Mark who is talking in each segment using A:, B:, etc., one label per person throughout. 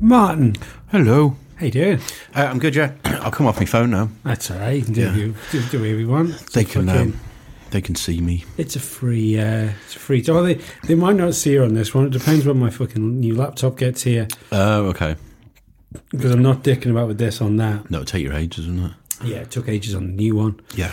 A: Martin,
B: Hello.
A: how you doing?
B: Uh, I'm good, yeah. I'll come off my phone now.
A: That's all right. You can do you do, do whatever you want.
B: They can,
A: Fucking-
B: um, they can see me.
A: It's a free. Uh, it's a free. Oh, they they might not see you on this one. It depends when my fucking new laptop gets here
B: Oh, okay.
A: because I'm not dicking about with this on that.
B: No, it'll take your ages, isn't it?
A: Yeah, it took ages on the new one.
B: Yeah.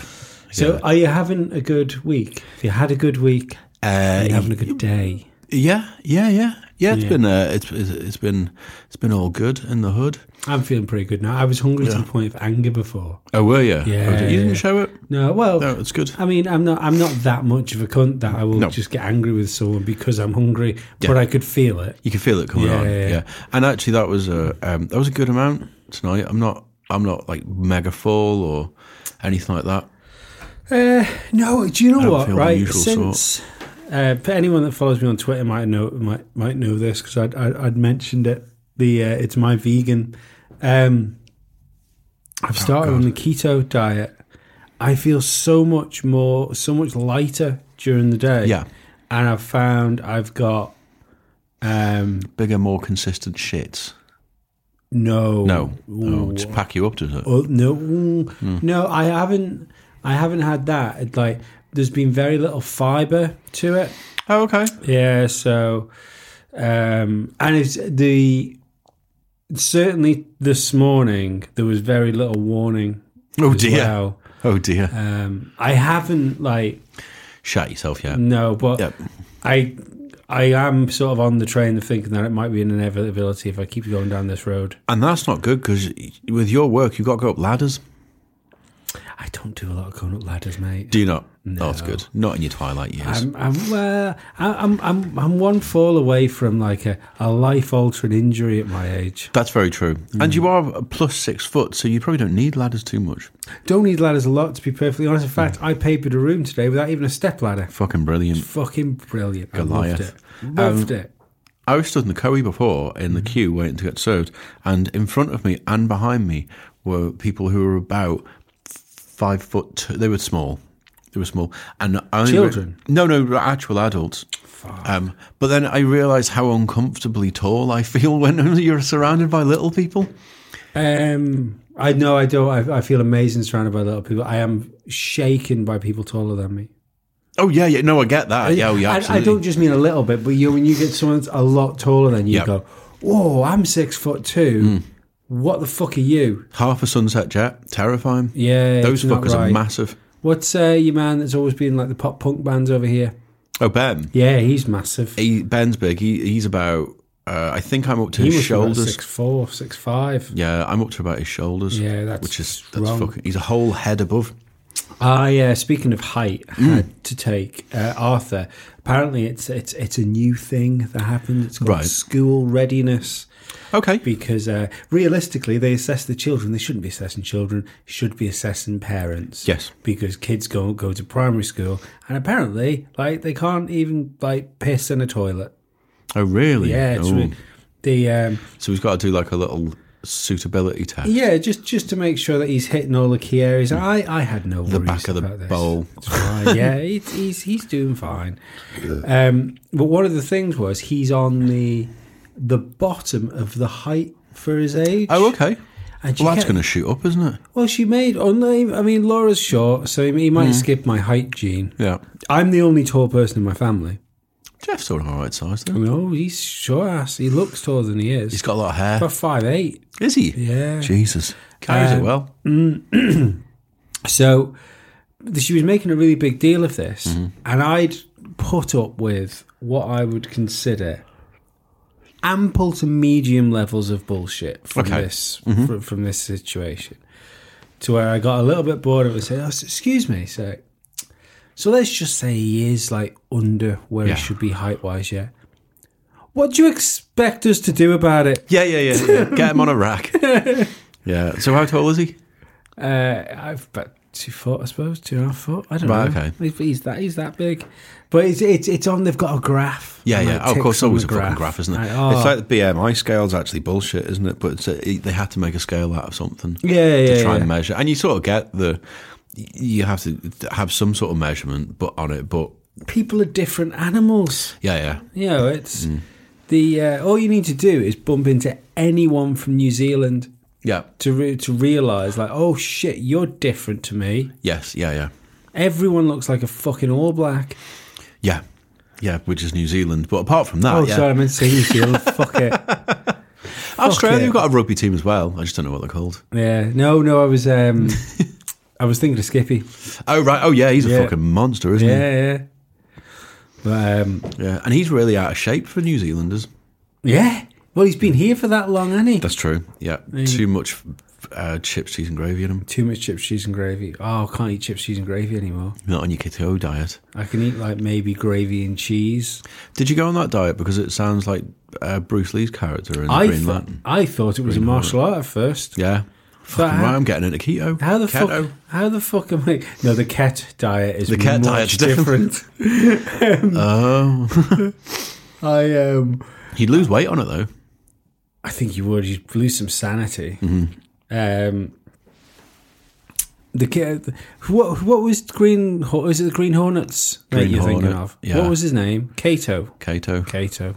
A: So, are you having a good week? Have you had a good week? Are
B: Uh,
A: you having a good day?
B: yeah, yeah, yeah, yeah. It's
A: Yeah.
B: been, uh, it's, it's it's been, it's been all good in the hood.
A: I'm feeling pretty good now. I was hungry to
B: Yeah.
A: the point of anger before.
B: Oh, were you?
A: Yeah.
B: Oh, you didn't show it.
A: No, well,
B: No, it's good.
A: I mean, I'm not. I'm not that much of a cunt that I will
B: No.
A: just get angry with someone because I'm hungry.
B: Yeah.
A: But I could feel it.
B: You can feel it coming
A: Yeah,
B: on.
A: yeah, yeah.
B: Yeah. And actually, that was a um, that was a good amount tonight. I'm not, I'm not like mega full or anything like that.
A: Uh, no, do you know
B: don't
A: what?
B: feel the
A: Right,
B: usual
A: since uh, but anyone that follows me on Twitter might know might might know this because I'd, I'd I'd mentioned it. The uh, it's my vegan. Um,
B: Oh,
A: I've started on the keto diet. I feel so much more, so much lighter during the day.
B: Yeah.
A: and I've found I've got um
B: Bigger, more consistent shits.
A: no
B: No, no, Hmm. just pack you up to it.
A: Oh no, mm, no, I haven't. I haven't had that. It, like, there's been very little fiber to it.
B: Oh, okay.
A: Yeah. So, um, and it's the certainly this morning there was very little warning.
B: Oh
A: as
B: dear.
A: well.
B: Oh dear.
A: Um, I haven't like
B: Shut yourself, yeah.
A: no, but
B: Yep.
A: I. I am sort of on the train of thinking that it might be an inevitability if I keep going down this road.
B: And that's not good because with your work, you've got to go up ladders.
A: I don't do a lot of going up ladders, mate.
B: Do you not? No. Um, that's good. Not in your twilight years.
A: I'm, I'm, well, I- I'm, I'm, I'm one fall away from like a, a life altering injury at my age.
B: that's very true. And you are a plus six foot, so you probably don't need ladders too much.
A: Don't need ladders a lot, to be perfectly honest. In
B: Mm.
A: fact, I papered a room today without even a step ladder.
B: Fucking brilliant.
A: Fucking brilliant. I loved
B: Goliath. Um,
A: it. Loved it.
B: I was stood in the coe before in the
A: Mm-hmm.
B: queue waiting to get served, and in front of me and behind me were people who were about five foot. Two. They were small. They were small. And I only
A: Children?
B: no, no, actual adults. Um, but then I realised how uncomfortably tall I feel when you're surrounded by little people.
A: Um, I know I don't. I, I feel amazing surrounded by little people. I am shaken by people taller than me.
B: Oh yeah, yeah. No, I get that. Yeah, oh, yeah.
A: I- I,
B: Absolutely.
A: don't just mean a little bit, but you when you get someone that's a lot taller than you,
B: Yeah. Hmm.
A: go, "Whoa, I'm six foot two. What the fuck are you?"
B: Half a sunset jet, terrifying.
A: Yeah,
B: Those
A: it's not
B: fuckers are
A: right.
B: massive.
A: What's uh, your man that's always been like the pop punk bands over here?
B: Oh Ben,
A: Yeah, he's massive.
B: he, Ben's big. He, he's about. Uh, I think I'm up to
A: He
B: his
A: must be about
B: shoulders.
A: six four, six five.
B: Yeah, I'm up to about his shoulders.
A: Yeah, that's
B: which is
A: wrong.
B: that's fucking. He's a whole head above.
A: I uh, speaking of height,
B: Hmm.
A: had to take uh, Arthur. Apparently, it's it's it's a new thing that happened. It's called
B: Right.
A: school readiness
B: Okay.
A: because uh, realistically, they assess the children. They shouldn't be assessing children. Should be assessing parents.
B: Yes.
A: because kids go go to primary school, and apparently, like they can't even like piss in a toilet.
B: Oh really?
A: Yeah, it's
B: Oh.
A: re- the um,
B: so he's got to do like a little suitability test.
A: Yeah, just just to make sure that he's hitting all the key areas. And I, I had no
B: The
A: worries
B: back of the
A: about this.
B: bowl.
A: It's fine. yeah, he's he's he's doing fine. Um, but one of the things was he's on the the bottom of the height for his age.
B: Oh okay.
A: And she
B: Well, that's
A: kept-
B: going to shoot up, isn't it?
A: well, she made. Oh no, I mean, Laura's short, so he
B: Mm-hmm.
A: might skip my height gene.
B: Yeah.
A: I'm the only tall person in my family.
B: Jeff's sort of all right size though.
A: No, he's short ass. He looks taller than he is.
B: He's got a lot of hair.
A: about five eight.
B: Is he?
A: Oh. Yeah. Um,
B: Jesus. Carries it well.
A: So th- she was making a really big deal of this,
B: Mm-hmm.
A: and I'd put up with what I would consider ample to medium levels of bullshit from
B: Okay. Mm-hmm.
A: this fr- from this situation. To where I got a little bit bored of it and said, oh, s- "Excuse me, so so let's just say he is like under where
B: Yeah.
A: he should be height wise, yeah." What do you expect us to do about it?
B: Yeah, yeah, yeah. yeah. Get him on a rack. yeah. So how tall is he?
A: Uh, I've about two foot, I suppose, two and a half foot. I don't
B: Right,
A: know.
B: okay.
A: He's, he's that he's that big, but it's it's it's on. They've got a graph.
B: Yeah,
A: and,
B: yeah.
A: like,
B: Oh, of
A: ticks
B: course,
A: on
B: always
A: the
B: a fucking graph, isn't it?
A: Like, oh,
B: It's like the BMI scale's actually bullshit, isn't it? But it's a, they had to make a scale out of something
A: yeah, yeah,
B: to try
A: yeah.
B: and measure. And you sort of get the you have to have some sort of measurement, but on it. But
A: People are different animals.
B: yeah, yeah.
A: You know, it's The uh, all you need to do is bump into anyone from New Zealand
B: Yeah.
A: to re- to realize like, oh shit, you're different to me.
B: Yes. Yeah. Yeah.
A: Everyone looks like a fucking All Black.
B: Yeah. Yeah. Which is New Zealand. But apart from that,
A: oh,
B: Ah, yeah.
A: sorry, I meant to say New Zealand. Fuck it.
B: Australia,
A: it.
B: you've got a rugby team as well. I just don't know what they're called.
A: Yeah, no, no, I was um, I was thinking of Skippy.
B: Oh right. Oh yeah. He's a
A: Yeah.
B: fucking monster, isn't
A: Yeah, yeah. But um,
B: he? Yeah. And he's really out of shape for New Zealanders.
A: yeah. Well, he's been here for that long, hasn't he?
B: That's true. Yeah. Too much uh, chips, cheese, and gravy in him.
A: Too much chips, cheese, and gravy. Oh, I can't eat chips, cheese, and gravy anymore.
B: Not on your keto diet.
A: I can eat like maybe gravy and cheese.
B: Did you go on that diet because it sounds like uh, Bruce Lee's character in
A: I
B: Green
A: th-
B: Lantern?
A: I thought it was a martial art at first.
B: Yeah. Fucking
A: how-
B: right, I'm getting into keto.
A: How the
B: keto.
A: fuck? How the fuck am I? No, the cat diet is
B: The cat
A: much
B: diet's different.
A: different.
B: Oh,
A: I um,
B: you'd lose weight on it though.
A: I think you would. You'd lose some sanity.
B: Mm-hmm.
A: Um, the kid, what what was Green? Hor- Was it the Green Hornets? that
B: Green
A: you're thinking
B: Hornet,
A: of.
B: yeah. Mm-hmm.
A: What was his name? Cato.
B: Keto,
A: Cato.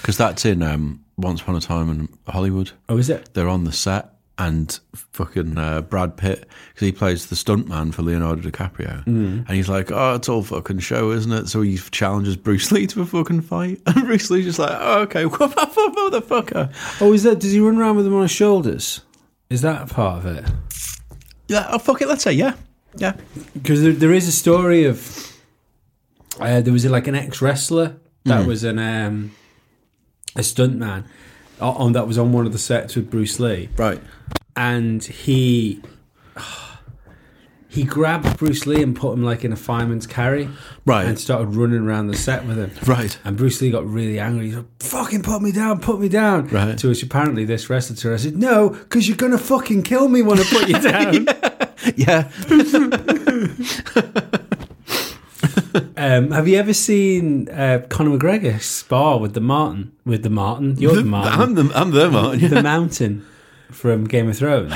B: because that's in um, Once Upon a Time in Hollywood.
A: Oh, is it?
B: They're on the set, and fucking uh, Brad Pitt, because he plays the stuntman for Leonardo DiCaprio,
A: Mm.
B: and he's like, "Oh, it's all fucking show, isn't it?" So he challenges Bruce Lee to a fucking fight, and Bruce Lee's just like, "Oh, okay, motherfucker."
A: Oh, is that? Does he run around with them on his shoulders? Is that a part of it?
B: Yeah, oh, fuck it. Let's say, yeah, yeah.
A: Because there, there is a story of uh, there was like an ex wrestler that
B: Mm-hmm.
A: was an um, a stuntman o- on that was on one of the sets with Bruce Lee.
B: Right.
A: and he he grabbed Bruce Lee and put him like in a fireman's carry,
B: Right.
A: and started running around the set with him.
B: Right.
A: And Bruce Lee got really angry. He's like, "Fucking put me down, put me down!"
B: Right.
A: To which apparently this wrestler to her said, "No, because you're gonna fucking kill me when I put you down."
B: Yeah.
A: um, have you ever seen uh, Conor McGregor spar with the Martin? With the Martin, you're the, Martin,
B: I'm the I'm the Martin. yeah.
A: the Mountain from Game of Thrones.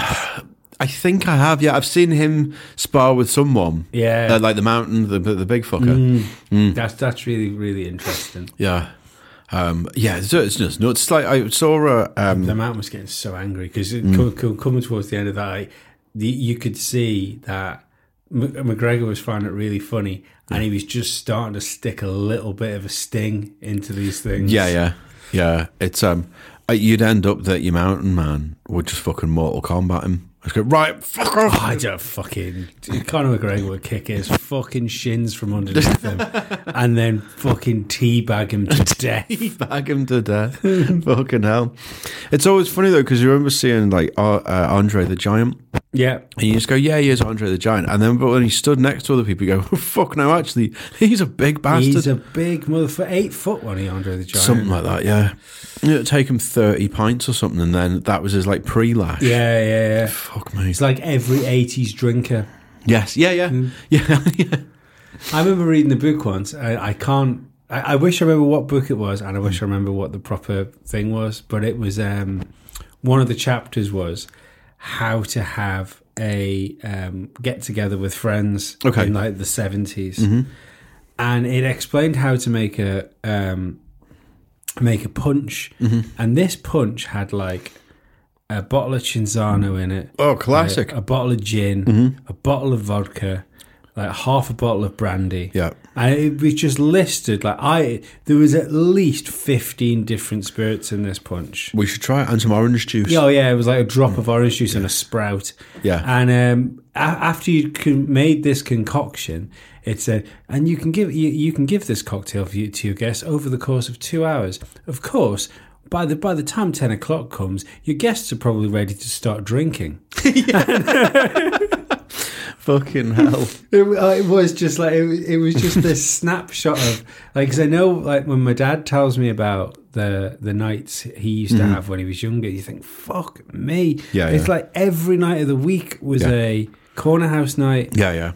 B: I think I have. Yeah, I've seen him spar with someone.
A: Yeah.
B: Uh, like the mountain, the the big fucker.
A: That's that's really really interesting.
B: Yeah, um, yeah. So it's just nuts. It's like I saw a um,
A: The man was getting so angry because
B: Mm.
A: coming towards the end of that, like, the, you could see that M- McGregor was finding it really funny, and he was just starting to stick a little bit of a sting into these things.
B: yeah, yeah, yeah. It's um, uh, you'd end up that your mountain man would just fucking Mortal Kombat him. I just go right, fuck off.
A: I don't fucking Conor McGregor would kick his fucking shins from underneath him, and then fucking teabag him to death.
B: Bag him to death. fucking hell. It's always funny though because you remember seeing like uh, uh, Andre the Giant.
A: Yeah,
B: And you just go, yeah, he is Andre the Giant. And then, but when he stood next to other people, you go, fuck no, actually, he's a big bastard.
A: he's a big motherfucker, eight foot one. He Andre the Giant.
B: Something like that, yeah. It'd take him 30 pints or something, and then that was his like pre lash.
A: yeah, yeah, yeah.
B: Fuck me.
A: It's like every '80s drinker.
B: Yes, yeah, yeah.
A: Mm.
B: Yeah, yeah.
A: I remember reading the book once. I, I can't. I, I wish I remember what book it was, and I wish I remember what the proper thing was. But it was um, one of the chapters was how to have a um, get together with friends
B: Okay. Mm-hmm.
A: in like the 70s and it explained how to make a um, make a punch,
B: Mm-hmm.
A: and this punch had like a bottle of Cinzano in it.
B: Oh, classic.
A: A, a bottle of gin,
B: Mm-hmm.
A: a bottle of vodka, like half a bottle of brandy.
B: Yeah.
A: And it was just listed like I there was at least fifteen different spirits in this punch.
B: We should try it. And some orange juice.
A: Oh yeah, it was like a drop of orange juice and a sprout.
B: Yeah.
A: and um, a- after you con- made this concoction, it said, and you can give you, you can give this cocktail for you, to your guests over the course of two hours. Of course, by the by the time ten o'clock comes, your guests are probably ready to start drinking.
B: Fucking hell.
A: It, w- uh, it was just like it, w- it was just this snapshot of like because I know like when my dad tells me about the the nights he used to have when he was younger, you think fuck me.
B: Mm-hmm. Yeah,
A: it's
B: yeah.
A: like every night of the week was
B: Yeah.
A: a corner house night.
B: yeah, yeah.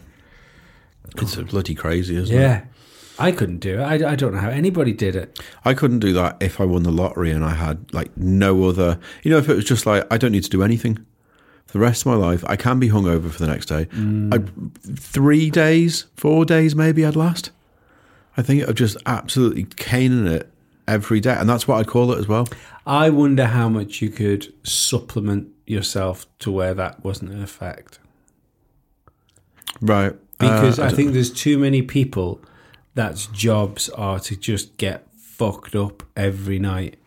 B: It's bloody crazy, isn't it?
A: Yeah, I couldn't do it. I, I don't know how anybody did it.
B: I couldn't do that if I won the lottery and I had like no other. You know, if it was just like I don't need to do anything for the rest of my life, I can be hungover for the next day.
A: Mm.
B: I, three days, four days, maybe I'd last. I think I've just absolutely caning it every day, and that's what I'd call it as well.
A: I wonder how much you could supplement yourself to where that wasn't an effect.
B: Right.
A: Because
B: Uh,
A: I, think there's too many people that's jobs are to just get fucked up every night.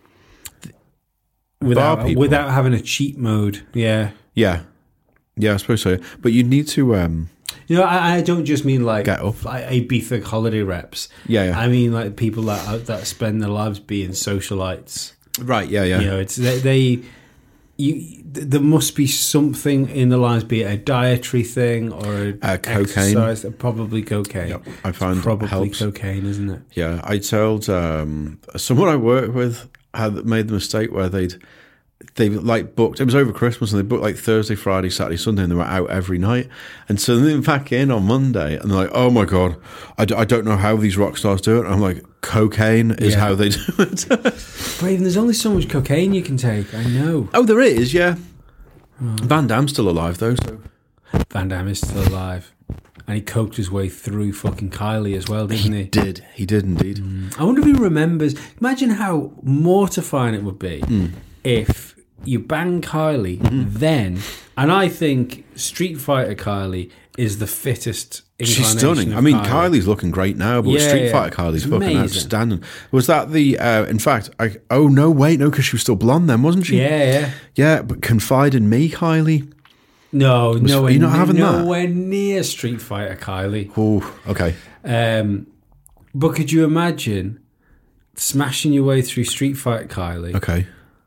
A: Without
B: people.
A: without having a cheat mode. Yeah.
B: yeah, yeah, I suppose so. But you need to. Um,
A: You know, I, I don't just mean like
B: Get up.
A: like Ibiza holiday reps.
B: Yeah, yeah.
A: I mean like people that that spend their lives being socialites.
B: right. Yeah. Yeah.
A: You know, it's they, they you th- there must be something in the lives, be it a dietary thing or a
B: Uh, cocaine.
A: exercise, probably cocaine.
B: Yep, I find
A: it's probably
B: helps.
A: cocaine, isn't it?
B: Yeah, I told um, someone I work with had made the mistake where they'd they like booked. It was over Christmas, and they booked like Thursday, Friday, Saturday, Sunday, and they were out every night. And so then back in on Monday, and they're like, "Oh my god, I, d- I don't know how these rock stars do it." And I'm like, "Cocaine is
A: Yeah.
B: how they do it."
A: But even there's only so much cocaine you can take. I know.
B: oh, there is, yeah. Van Damme's still alive though. So.
A: Van Damme is still alive, and he coked his way through fucking Kylie as well, didn't he?
B: Did he did indeed?
A: I wonder if he remembers. Imagine how mortifying it would be
B: Hmm.
A: if you bang Kylie then, and I think Street Fighter Kylie is
C: fittest.
B: She's
A: incarnation
B: stunning.
A: of
B: I mean,
A: Kylie.
B: Kylie's looking great now, but
A: Yeah,
B: Street
A: yeah.
B: Fighter Kylie's
A: It's
B: fucking
A: amazing.
B: outstanding. Was that the? Uh, in fact, I oh no, wait, no, because she was still blonde then, wasn't she?
A: Yeah, yeah.
B: yeah. But confide in me, Kylie.
A: No, nowhere,
B: you're not having that?
A: nowhere near Street Fighter Kylie.
B: Oh, okay.
A: Um, but could you imagine smashing your way through Street Fighter Kylie
B: Okay.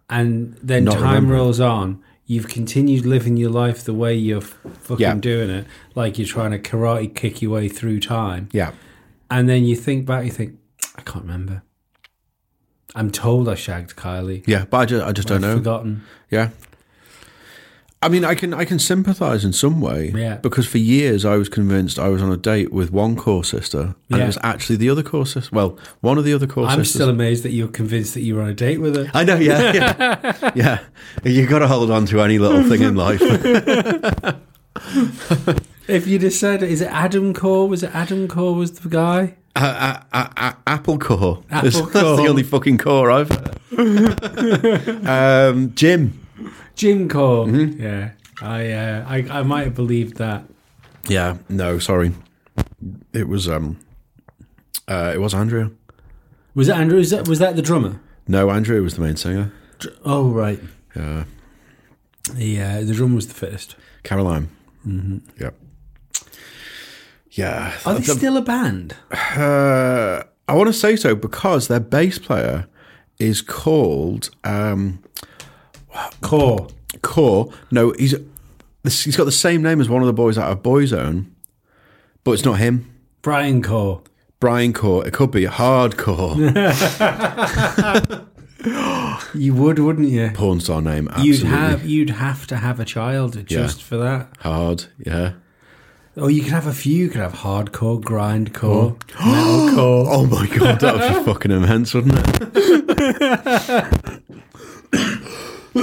A: and then
B: Not
A: time
B: remembering.
A: rolls on? You've continued living your life the way you're f- fucking
B: Yeah.
A: doing it, like you're trying to karate kick your way through time.
B: Yeah.
A: And then you think back, you think, I can't remember. I'm told I shagged Kylie.
B: Yeah, but I just, I just don't know.
A: Forgotten.
B: Yeah. I mean, I can I can sympathise in some way.
A: Yeah.
B: Because for years I was convinced I was on a date with one core sister, and it
A: Yeah.
B: was actually the other core sister. Well, one of the other core
A: I'm
B: sisters.
A: still amazed that you're convinced that you were on a date with her.
B: I know, yeah, yeah, yeah. You got to hold on to any little thing in life.
A: If you just said, is it Adam Core? Was it Adam Core was the guy?
B: A- a- a- apple core.
A: Apple
B: that's, that's the
A: core.
B: only fucking core I've. um, Jim.
A: Jim Core.
B: Mm-hmm.
A: Yeah. I, uh, I I might have believed that.
B: Yeah. No, sorry. It was um. Uh, it was Andrea.
A: Was it Andrew? Was that, was that the drummer?
B: No, Andrea was the main singer.
A: Oh, right.
B: Yeah.
A: The, uh, the drummer was the fittest.
B: Caroline. Mm-hmm. Yeah. Yeah.
A: Are they still a band?
B: Uh, I want to say so because their bass player is called um,
A: Core.
B: Core. No, he's this- he's got the same name as one of the boys out of Boyzone, but it's not him.
A: Brian Core.
B: Brian Core. It could be hardcore.
A: You would, wouldn't you?
B: Porn star name. Absolutely.
A: You'd have you'd have to have a child just for that.
B: hard. Yeah.
A: Or you could have a few. You could have hardcore, grindcore, metalcore.
B: Oh my god, that would be fucking immense, wouldn't it?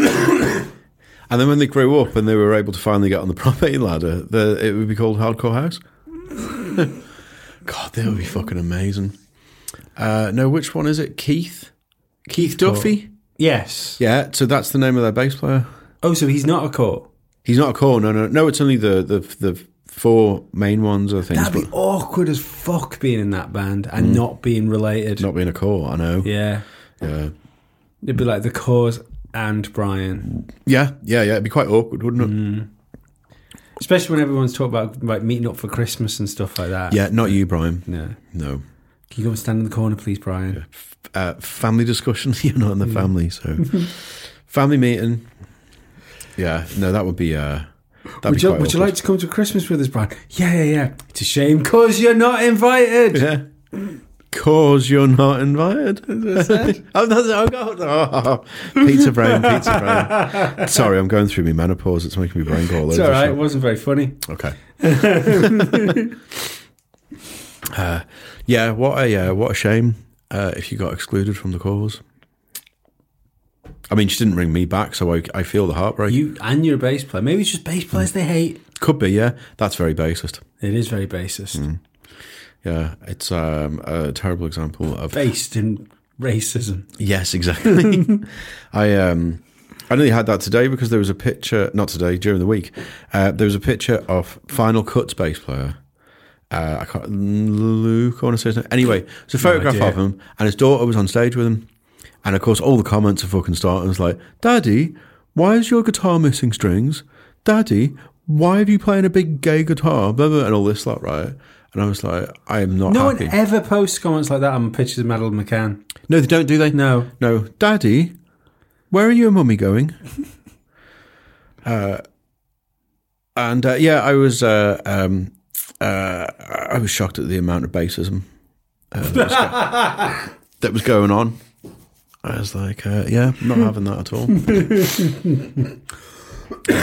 B: and then when they grew up and they were able to finally get on the property ladder, the, it would be called Hardcore House. god, that would be fucking amazing. Uh, no, which one is it? Keith. Keith Duffy.
A: Yes.
B: Yeah. So that's the name of their bass player.
A: Oh, so he's not a core.
B: He's not a core. No, no, no. It's only the the the four main ones. I think,
A: That'd
B: but
A: be awkward as fuck being in that band and not being related.
B: not being a core. I know.
A: Yeah.
B: Yeah.
A: It'd be like the cause and Brian.
B: Yeah. Yeah. Yeah. It'd be quite awkward, wouldn't it?
A: Especially when everyone's talking about like meeting up for Christmas and stuff like that.
B: Yeah. Not you, Brian.
A: Yeah.
B: No.
A: Can you go and stand in the corner, please, Brian?
B: Uh, family discussion. You're not in
A: Mm.
B: the family, so family meeting. Yeah. No, that would be. Uh, that'd
A: Would
B: be
A: you,
B: quite
A: would you
B: awkward.
A: like to come to Christmas with us, Brian? Yeah, yeah, yeah. It's a shame because you're not invited.
B: Yeah. Cause you're not invited. oh, that's, oh, God. Oh, pizza brain, pizza brain. Sorry, I'm going through my menopause. It's making me brain go all
A: It's
B: over
A: all
B: the
A: right. It
B: shop.
A: wasn't very funny.
B: Okay. uh, yeah, what a uh, what a shame uh, if you got excluded from the cause. I mean, she didn't ring me back, so I, I feel the heartbreak.
A: You and your bass player. Maybe it's just bass players they hate.
B: Could be, yeah. That's very basist.
A: It is very bassist.
B: Yeah, it's um, a terrible example of
A: Based in racism.
B: Yes, exactly. I um, I nearly had that today because there was a picture. Not today, during the week, uh, there was a picture of Final Cut's bass player. Uh, I can't Luke. I want to say his name. Anyway, it's a photograph
A: idea.
B: of him, and his daughter was on stage with him. And of course, all the comments are fucking starting. It's like, Daddy, why is your guitar missing strings? Daddy, why have you playing a big gay guitar? Blah, blah, and all this lot, right? And I was like, I am not
A: No
B: happy.
A: one e- ever posts comments like that on pictures of Madeline McCann.
B: No, they don't, do they?
A: No.
B: No. Daddy, where are you and mummy going? uh, and uh, yeah, I was uh, um, uh, I was shocked at the amount of racism uh, that, was go- that was going on. I was like, uh, yeah, not having that at all.
A: I
B: Um, Your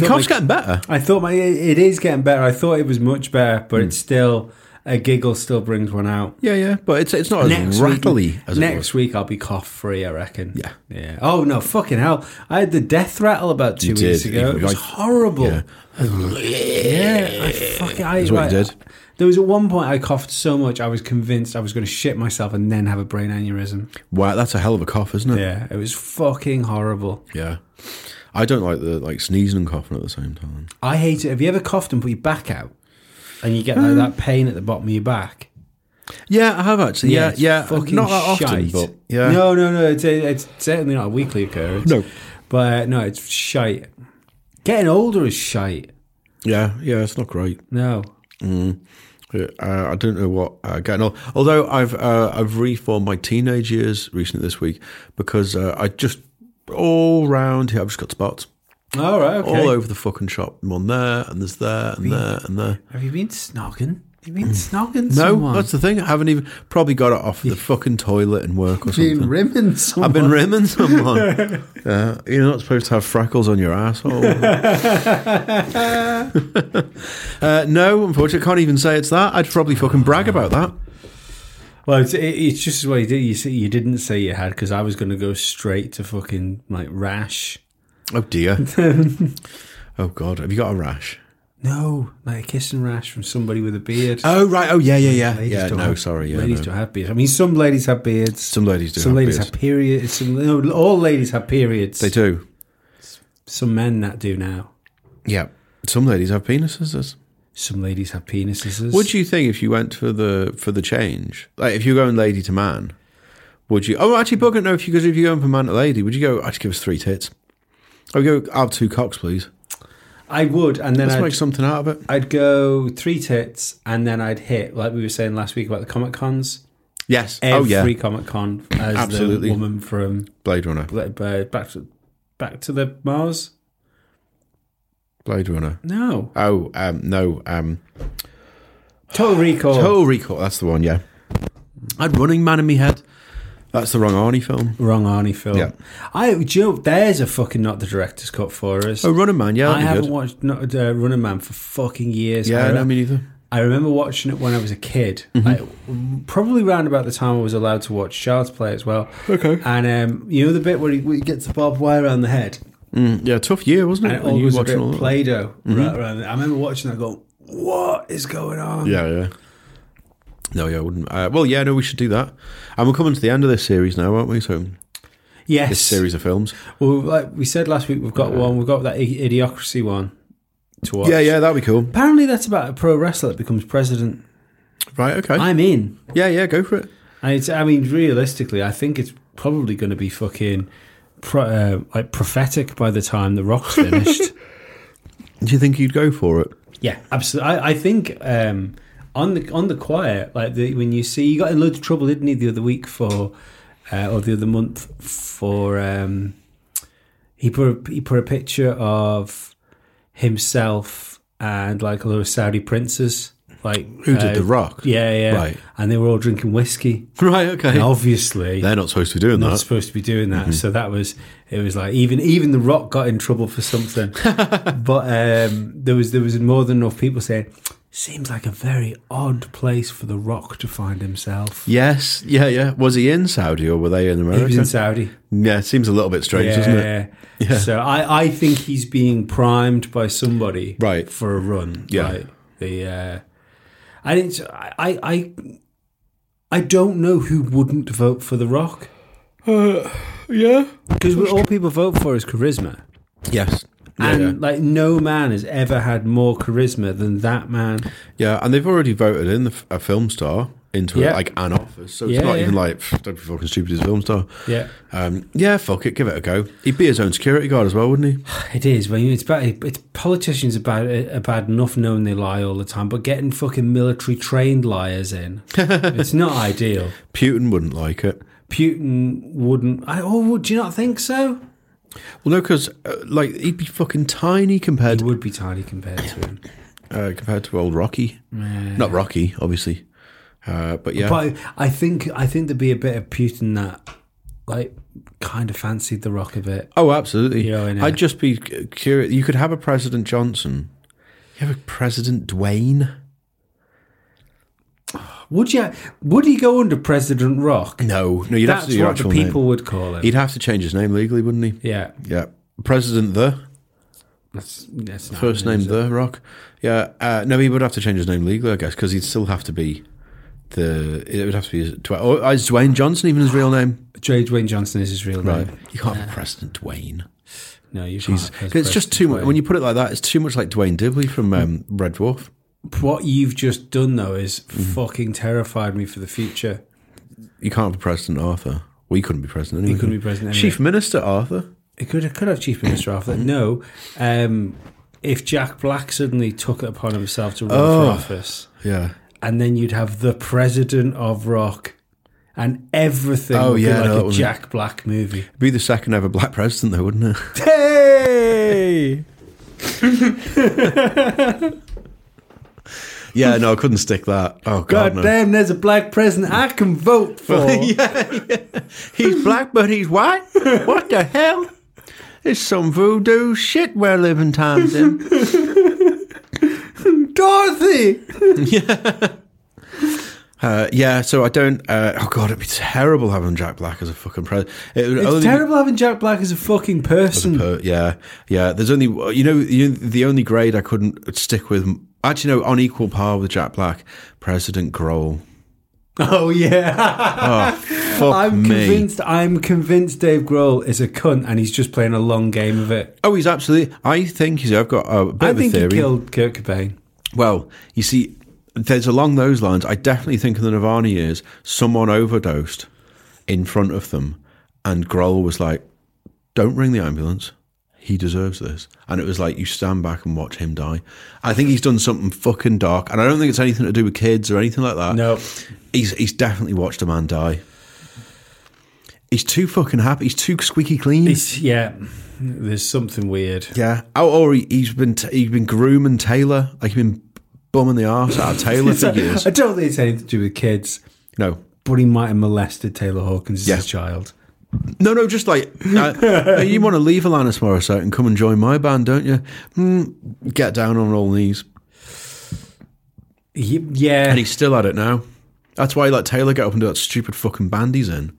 A: thought
B: cough's
A: my,
B: getting better.
A: I thought my it it is getting better. I thought it was much better, but it's still a giggle still brings one out.
B: Yeah, yeah, but it's it's not as rattly
A: week,
B: as it was.
A: next week I'll be cough free. I reckon.
B: Yeah.
A: yeah. Oh no, fucking hell! I had the death rattle about two
B: You
A: weeks
B: did.
A: ago.
B: You
A: It was
B: like-
A: horrible.
B: Yeah.
A: Yeah, I fucking. I,
B: That's what
A: like,
B: you did.
A: There was at one point I coughed so much I was convinced I was going to shit myself and then have a brain aneurysm.
B: Wow, that's a hell of a cough, isn't it?
A: Yeah, it was fucking horrible.
B: yeah. I don't like the like sneezing and coughing at the same time.
A: I hate it. Have you ever coughed and put your back out, and you get like
B: Um,
A: that pain at the bottom of your back?
B: Yeah, I have actually. Yeah,
A: it's
B: yeah,
A: fucking
B: not that often,
A: shite.
B: but yeah,
A: No, no, no. It's, it's certainly not a weekly occurrence.
B: No.
A: but uh, no, it's shite. Getting older is shite.
B: yeah, yeah, it's not great.
A: No,
B: Uh, I don't know what uh, getting on. Although I've uh, I've reformed my teenage years recently this week because uh, I just all round here I've just got spots
A: all right, okay.
B: all over the fucking shop. One there and there's there and there and there.
A: Have you been snogging? Have you been snogging?
B: No,
A: someone?
B: that's the thing. I haven't even probably got it off the fucking toilet and work or something.
A: been rimming
B: I've
A: someone.
B: been rimming someone. uh, you're not supposed to have freckles on your asshole. uh, no, unfortunately, can't even say it's that. I'd probably fucking brag about that.
A: Well, it's, it, it's just what you did. You see, you didn't say you had because I was going to go straight to fucking like rash.
B: Oh dear. oh god, have you got a rash?
A: No, like a kissing rash from somebody with a beard.
B: Oh right. Oh yeah, yeah, yeah.
A: Ladies
B: yeah.
A: don't
B: No,
A: have-
B: sorry. Yeah,
A: ladies
B: no.
A: don't have beards. I mean, some ladies have beards.
B: Some ladies do
A: Some
B: have
A: ladies
B: beards.
A: have periods. Some no, all ladies have periods.
B: They do.
A: Some men that do now.
B: Yeah. Some ladies have penises.
A: Some ladies have penises.
B: Would you think if you went for the for the change, like if you were going lady to man, would you? Oh, actually, bugger no. If you because if you're going from man to lady, would you go? I'd give us three tits. I would go. I'll have two cocks, please.
A: I would, and then
B: Let's
A: I'd,
B: make something out of it.
A: I'd go three tits, and then I'd hit like we were saying last week about the comic cons.
B: Yes. oh
A: Every
B: yeah.
A: comic con as
B: Absolutely.
A: the woman from
B: Blade Runner.
A: uh, back to back to the Mars.
B: Blade Runner.
A: No,
B: Oh um, no. Um,
A: Total Recall.
B: Total Recall. That's the one. Yeah. I'd Running Man in me head. That's the wrong Arnie film.
A: Wrong Arnie film.
B: Yeah.
A: I do you know, there's a fucking not the director's cut for us.
B: Oh, Running Man. Yeah,
A: I
B: that'd
A: haven't
B: be good.
A: watched not, uh, Running Man for fucking years.
B: Yeah,
A: I,
B: no, me neither.
A: I remember watching it when I was a kid,
B: Mm-hmm.
A: like, probably round about the time I was allowed to watch Child's Play as well.
B: Okay.
A: And um, you know the bit where he, where he gets the barbed wire around the head,
B: Mm, yeah, tough year, wasn't
A: and
B: it?
A: it
B: When
A: all
B: you
A: was a
B: watching
A: bit
B: all that? Mm-hmm.
A: Play-Doh right around. The, I remember watching that, going, "What is going on?"
B: Yeah, yeah. No, yeah, I wouldn't. Uh, well, yeah, no, we should do that. And we're coming to the end of this series now, aren't we? So
A: Yes.
B: this series of films.
A: Well, like we said last week, we've got one. We've got that I- idiocracy one to watch.
B: Yeah, yeah, that'd be cool.
A: Apparently, that's about a pro wrestler that becomes president.
B: Right, okay.
A: I'm in.
B: yeah, yeah, go for it.
A: And it's, I mean, realistically, I think it's probably going to be fucking pro, uh, like prophetic by the time the Rock's finished.
B: Do you think you'd go for it?
A: yeah, absolutely. I, I think um, on the on the quiet, like the, when you see, you got in loads of trouble, didn't he, the other week for, uh, or the other month for, um, he put a, he put a picture of himself and like a lot of Saudi princes, like
B: Who did
A: uh,
B: The Rock?
A: Yeah, yeah,
B: Right.
A: and they were all drinking whiskey.
B: Right, okay.
A: And obviously,
B: They're not supposed to be doing
A: not
B: that.
A: supposed to be doing
B: Mm-hmm.
A: that. So that was it was like even even the Rock got in trouble for something. but um, there was there was more than enough people saying seems like a very odd place for the Rock to find himself.
B: Yes, yeah, yeah. Was he in Saudi or were they in
A: He
B: America?
A: was in Saudi.
B: yeah, it seems a little bit strange, doesn't it? Yeah.
A: So I, I think he's being primed by somebody
B: Right.
A: for a run.
B: Yeah.
A: Like the uh, and it's I I. I I don't know who wouldn't vote for The Rock
B: Yeah.
A: because all people vote for is charisma.
B: Yes. Yeah,
A: and
B: yeah.
A: like no man has ever had more charisma than that man.
B: Yeah, and they've already voted in the, f- a film star into
A: Yeah.
B: like an office, so it's
A: Yeah,
B: not
A: yeah.
B: even like "Pff, don't be fucking stupid, he's a film star.
A: Yeah.
B: um, yeah, fuck it, give it a go. He'd be his own security guard as well, wouldn't he?
A: It is. When you, it's bad. It's politicians are bad, are bad enough knowing they lie all the time, but getting fucking military trained liars in, it's not ideal.
B: Putin wouldn't like it.
A: Putin wouldn't. I, oh, would- do you not think so?
B: Well, no, because uh, like he'd be fucking tiny compared
A: He would be tiny compared to him.
B: uh, compared to old Rocky. Not Rocky, obviously, uh, but yeah,
A: But I think I think there'd be a bit of Putin that, like, kind of fancied the rock a bit.
B: Oh, absolutely.
A: You know, and, uh,
B: I'd just be c- curious. You could have a President Johnson. You have a President Dwayne.
A: Would you? Would he go under President Rock?
B: No, no, you'd have to
A: That's
B: do your
A: what the
B: actual
A: people
B: name.
A: would call him.
B: He'd have to change his name legally, wouldn't he?
A: yeah,
B: Yeah, President the
A: that's that's not
B: first name the Rock. Yeah, uh, no, he would have to change his name legally, I guess, because he'd still have to be the. It would have to be his, Dwayne. Or uh, is Dwayne Johnson even his real name?
A: J. Dwayne Johnson is his real name.
B: You can't have a President Dwayne.
A: No, you
B: He's-
A: can't.
B: it's just too much. When you put it like that, it's too much like Dwayne Dibley from um, Red Dwarf.
A: what you've just done though is fucking terrified me for the future.
B: You can't be President Arthur. Well, you couldn't be president. Anyway,
A: He couldn't be
B: could you?
A: president. Anyway.
B: Chief Minister Arthur.
A: It could it could have Chief Minister Arthur. No, um, if Jack Black suddenly took it upon himself to run for office,
B: Yeah.
A: and then you'd have the president of rock, and everything
B: Oh,
A: would
B: yeah,
A: be
B: no,
A: like
B: that
A: a
B: would be-
A: Jack Black movie.
B: It'd be the second ever black president, though, wouldn't it?
A: Hey.
B: yeah, no, I couldn't stick that. Oh, God,
A: God
B: no.
A: damn, there's a black president I can vote for.
B: He's black, but he's white? What the hell? It's some voodoo shit we're living times in.
A: Dorothy!
B: Uh, yeah, so I don't. Uh, oh, God, it'd be terrible having Jack Black as a fucking president. It would
A: It's
B: only be-
A: terrible having Jack Black as a fucking person.
B: Per- yeah, yeah. There's only you know you, the only grade I couldn't stick with. Actually, no, on equal par with Jack Black, President Grohl.
A: Oh yeah.
B: Fuck
A: I'm
B: me.
A: convinced I'm convinced Dave Grohl is a cunt and he's just playing a long game of it.
B: Oh, he's absolutely. I think he's. I've got a bit
A: I
B: of a
A: think he
B: theory.
A: killed Kurt Cobain.
B: well, you see, there's along those lines. I definitely think in the Nirvana years, someone overdosed in front of them, and Grohl was like, "Don't ring the ambulance." He deserves this, and it was like you stand back and watch him die. I think he's done something fucking dark, and I don't think it's anything to do with kids or anything like that.
A: No.
B: he's he's definitely watched a man die. He's too fucking happy. He's too squeaky clean.
A: He's, yeah. There's something weird.
B: Yeah, Oh, or he, he's been t- he's been grooming Taylor, like he's been bumming the arse out of Taylor for years.
A: I don't think it's anything to do with kids,
B: No,
A: but he might have molested Taylor Hawkins as
B: Yeah.
A: a child.
B: no, no, just like uh, you want to leave Alanis Morissette and come and join my band, don't you? Mm, get down on all knees,
A: He- yeah.
B: and he's still at it now. That's why he let Taylor get up and do that stupid fucking band he's in.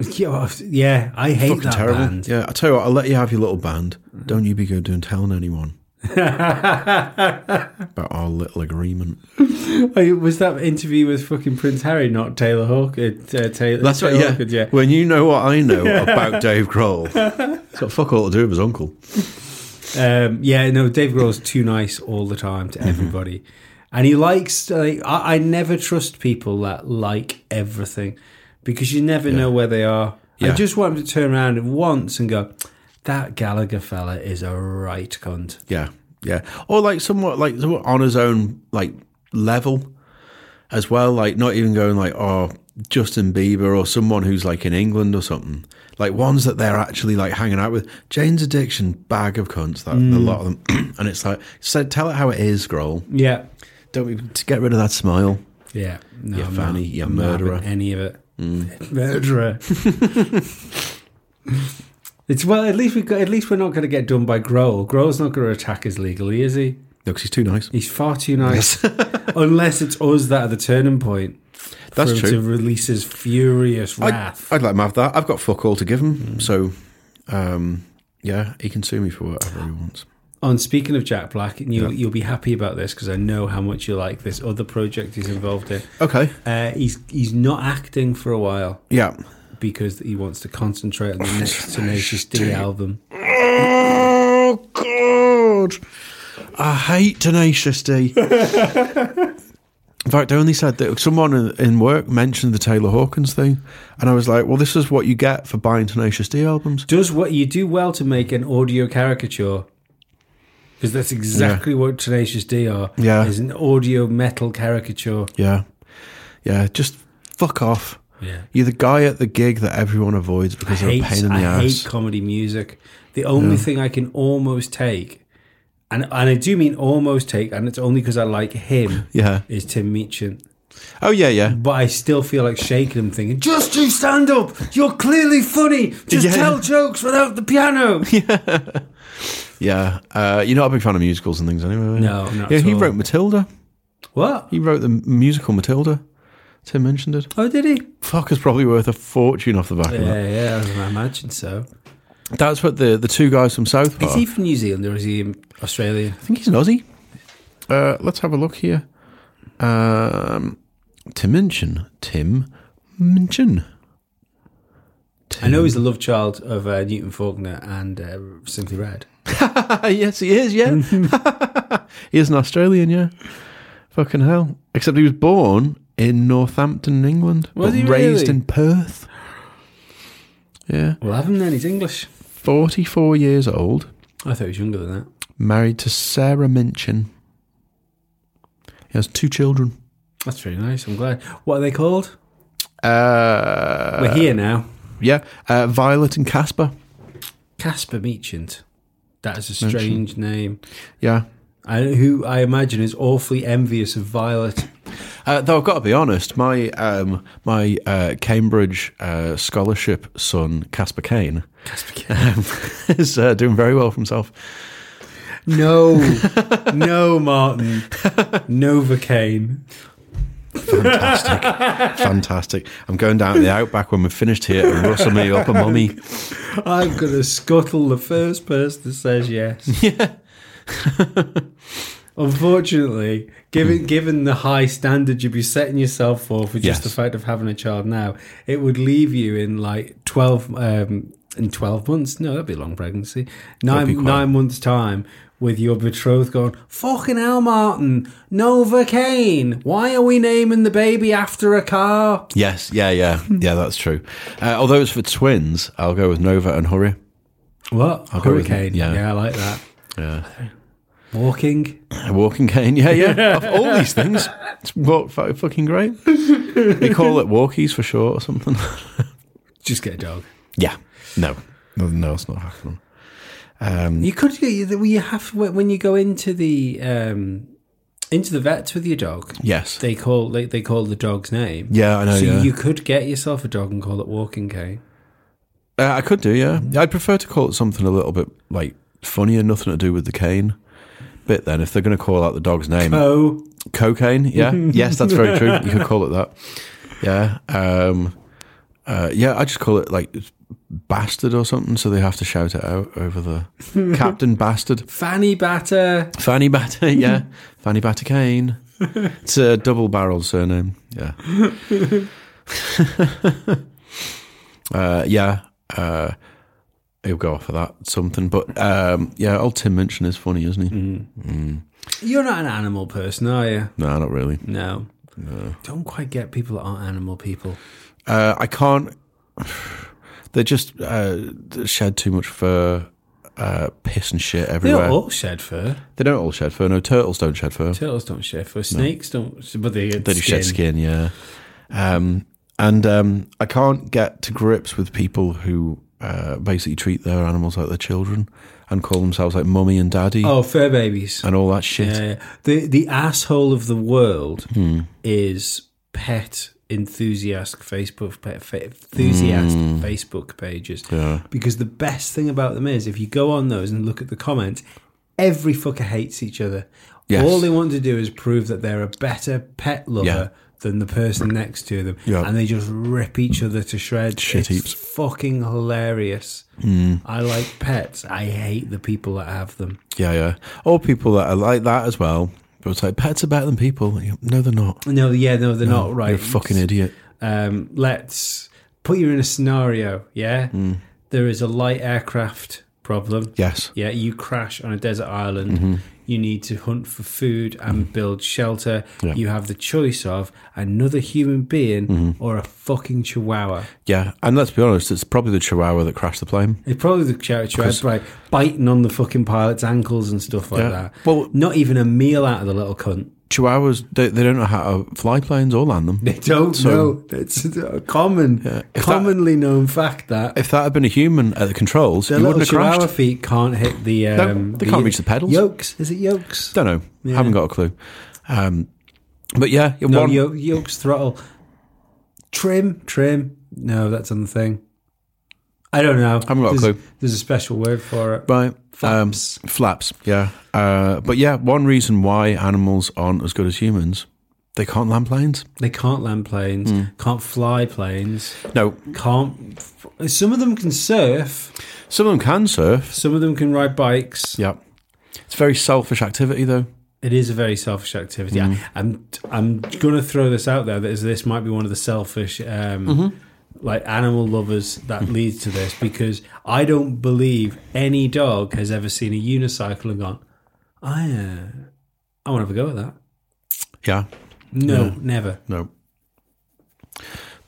A: yeah, well, yeah, I hate
B: Fucking
A: that
B: terrible.
A: band.
B: Yeah, I tell you what, I'll let you have your little band. Don't you be good doing telling anyone about our little agreement.
A: Oh, Was that interview with fucking Prince Harry, not Taylor Hawkins? Uh, Taylor,
B: That's what,
A: Taylor
B: yeah.
A: Hawkins, yeah.
B: When you know what I know about Dave Grohl, it's got fuck all to do with his uncle.
A: Um, yeah, no, Dave Grohl's too nice all the time
B: Mm-hmm.
A: to everybody, and he likes. Like, I, I never trust people that like everything because you never know where they are. I
B: Yeah.
A: just want him to turn around at once and go, "That Gallagher fella is a right cunt."
B: Yeah, yeah. Or like somewhat like somewhat on his own like level as well. Like not even going like oh Justin Bieber or someone who's like in England or something. Like ones that they're actually like hanging out with. Jane's Addiction bag of cunts. That
A: Mm.
B: a lot of them, and it's like so tell it how it is, Grohl.
A: Yeah,
B: Don't be, to get rid of that smile.
A: yeah. No,
B: You
A: I'm
B: fanny,
A: not-
B: you
A: I'm not having
B: murderer. Mm.
A: Any of it, murderer. It's well. At least we got. At least we're not going to get done by Grohl. Grohl's not going to attack us legally, is he?
B: No, because he's too nice.
A: He's far too nice. Unless it's us that are the turning point.
B: That's
A: for him
B: true.
A: To release his furious wrath.
B: I'd let him have that. I've got fuck all to give him. So, um, yeah, he can sue me for whatever he wants.
A: on speaking of Jack Black, and you'll you'll be happy about this because I know how much you like this other project he's involved in.
B: Okay.
A: Uh, he's he's not acting for a while
B: Yeah.
A: because he wants to concentrate on the next Tenacious D album.
B: Oh God! I hate Tenacious D. In fact, I only said that someone in- in work mentioned the Taylor Hawkins thing, and I was like, "Well, this is what you get for buying Tenacious D albums."
A: Does what you do well to make an audio caricature. Because that's exactly what Tenacious D are.
B: Yeah.
A: Is an audio metal caricature.
B: Yeah, yeah, just fuck off.
A: Yeah.
B: You're the guy at the gig that everyone avoids because they're a pain in the
A: I
B: ass.
A: hate comedy music. The only thing I can almost take, and and I do mean almost take, and it's only because I like him,
B: Yeah.
A: is Tim Meachin.
B: Oh yeah, yeah.
A: But I still feel like shaking him, thinking, "Just you stand up. You're clearly funny. Just
B: Yeah.
A: tell jokes without the piano."
B: Yeah, uh, you're not a big fan of musicals and things anyway. are you?
A: No, not
B: yeah.
A: at
B: He
A: all.
B: wrote Matilda.
A: What?
B: He wrote the musical Matilda. Tim mentioned it.
A: Oh, did he?
B: Fuck is probably worth a fortune off the back of that.
A: Yeah, yeah. I imagine so.
B: That's what the the two guys from South
A: Is
B: Park.
A: he from New Zealand or is he in Australia?
B: I think he's an Aussie. Uh, let's have a look here. Um, Tim Minchin. Tim Minchin.
A: I know he's the love child of uh, Newton Faulkner and uh, Simply Red.
B: Ah, yes, he is. Yeah, he is an Australian. Yeah, fucking hell. Except he was born in Northampton, England.
A: Was
B: but
A: he
B: raised
A: really?
B: in Perth? Yeah,
A: Well, have him then. He's English.
B: forty-four years old.
A: I thought he was younger than that.
B: married to Sarah Minchin. He has two children.
A: That's very nice. I'm glad. What are they called?
B: Uh,
A: We're here now.
B: yeah, uh, Violet and Casper.
A: Casper Meachant. That is a strange name.
B: Yeah.
A: I, who I imagine is awfully envious of Violet.
B: Uh, though I've got to be honest, my um, my uh, Cambridge uh, scholarship son Casper Kane um, is uh, doing very well for himself.
A: No, no, Martin. Novocaine.
B: Fantastic, fantastic. I'm going down to the outback when we're finished here and rustle me up a mummy.
A: I'm going to scuttle the first person that says yes. Yeah. Unfortunately, given given the high standard you'd be setting yourself for for just
B: Yes.
A: the fact of having a child now, it would leave you in like twelve um, in twelve months. No, that'd be a long pregnancy.
B: be
A: Nine
B: quite-
A: nine months time with your betrothed going, fucking hell, Martin, Novocaine. Why are we naming the baby after a car?
B: Yes, yeah, yeah, yeah. That's true. Uh, although it's for twins, I'll go with Nova and Hurry.
A: What
B: go with-
A: hurricane?
B: yeah.
A: yeah, I like that.
B: Yeah.
A: Walking.
B: A walking cane, yeah, yeah. of all these things, it's walk, fu- fucking great. They call it walkies for short or something.
A: Just get a dog.
B: yeah, no, no, no it's not happening. Um,
A: You could. You you have when you go into the um, into the vets with your dog.
B: yes,
A: They call they, they call the dog's name.
B: yeah, I know.
A: so
B: yeah.
A: you could get yourself a dog and call it Walking Cane.
B: uh, I could do, yeah. I'd prefer to call it something a little bit like funnier, nothing to do with the cane. Bit then, if they're going to call out the dog's name,
A: Oh,
B: cocaine. Yeah, yes, that's very true. You could call it that. Yeah, um, uh, yeah. I just call it like bastard or something, so they have to shout it out over the Captain Bastard,
A: Fanny Batter.
B: Fanny Batter. Yeah, Fanny Batter Kane. It's a double-barreled surname. Yeah. uh, yeah. Uh, he'll go off of that something, but um, yeah, old Tim Minchin is funny, isn't he?
A: You're not an animal person, are you?
B: No, not really.
A: No. No. Don't quite get people that aren't animal people.
B: Uh, I can't. They just uh, shed too much fur, uh, piss and shit
A: They
B: everywhere.
A: don't all shed fur.
B: They don't all shed fur. No, turtles don't shed fur.
A: Turtles don't shed fur. Snakes don't. But they,
B: They do shed skin, yeah. Um, and um, I can't get to grips with people who uh, basically treat their animals like their children and call themselves like mummy and daddy
A: Oh, fur babies.
B: and all that shit.
A: Yeah, Uh, the the asshole of the world
B: Hmm.
A: is pet enthusiast Facebook pet fa- enthusiast
B: Hmm.
A: Facebook pages because the best thing about them is if you go on those and look at the comments, every fucker hates each other.
B: Yes.
A: All they want to do is prove that they're a better pet lover
B: Yeah.
A: than the person next to them,
B: Yeah.
A: and they just rip each other to shreds.
B: Shit
A: it's
B: heaps. Hmm.
A: fucking hilarious. I like pets. I hate the people that have them.
B: Yeah, yeah. Or people that are like that as well. But it's like pets are better than people. You- No, they're not.
A: No, yeah, no, they're not right.
B: You're a fucking idiot.
A: um, let's put you in a scenario. Yeah,
B: Mm.
A: there is a light aircraft problem.
B: Yes.
A: Yeah, you crash on a desert island.
B: Mm-hmm.
A: You need to hunt for food and build shelter.
B: Yeah.
A: You have the choice of another human being
B: Mm-hmm.
A: or a fucking chihuahua.
B: Yeah, and let's be honest, it's probably the Chihuahua that crashed the plane.
A: It's probably the chihuahua right, biting on the fucking pilot's ankles and stuff like
B: Yeah.
A: that.
B: Well-
A: not even a meal out of the little cunt.
B: Chihuahuas, they, they don't know how to fly planes or land them.
A: They don't know. It's a common,
B: If that-
A: commonly known fact that
B: If that had been a human at the controls,
A: The
B: you
A: little
B: wouldn't have crashed.
A: chihuahua feet can't hit the. Um,
B: they can't reach the pedals.
A: Yokes? Is it yokes?
B: Don't know. Haven't got a clue. Um, but yeah,
A: No,
B: one,
A: yo- yokes throttle. Trim, trim. No, that's on the thing. I don't know.
B: Haven't got a
A: there's,
B: clue.
A: There's a special word for it.
B: right,
A: Flaps.
B: Um, flaps. Yeah. Uh, but yeah, one reason why animals aren't as good as humans, they can't land planes.
A: They can't land planes.
B: Hmm.
A: Can't fly planes.
B: No,
A: Can't. Some of them can surf.
B: some of them can surf.
A: Some of them can ride bikes.
B: Yeah. It's a very selfish activity, though.
A: It is a very selfish activity.
B: Mm.
A: I, am I'm gonna throw this out there that is, this might be one of the selfish um,
B: Mm-hmm.
A: like animal lovers that leads to this because I don't believe any dog has ever seen a unicycle and gone, I uh, I want to have a go at that.
B: Yeah.
A: No, never.
B: No.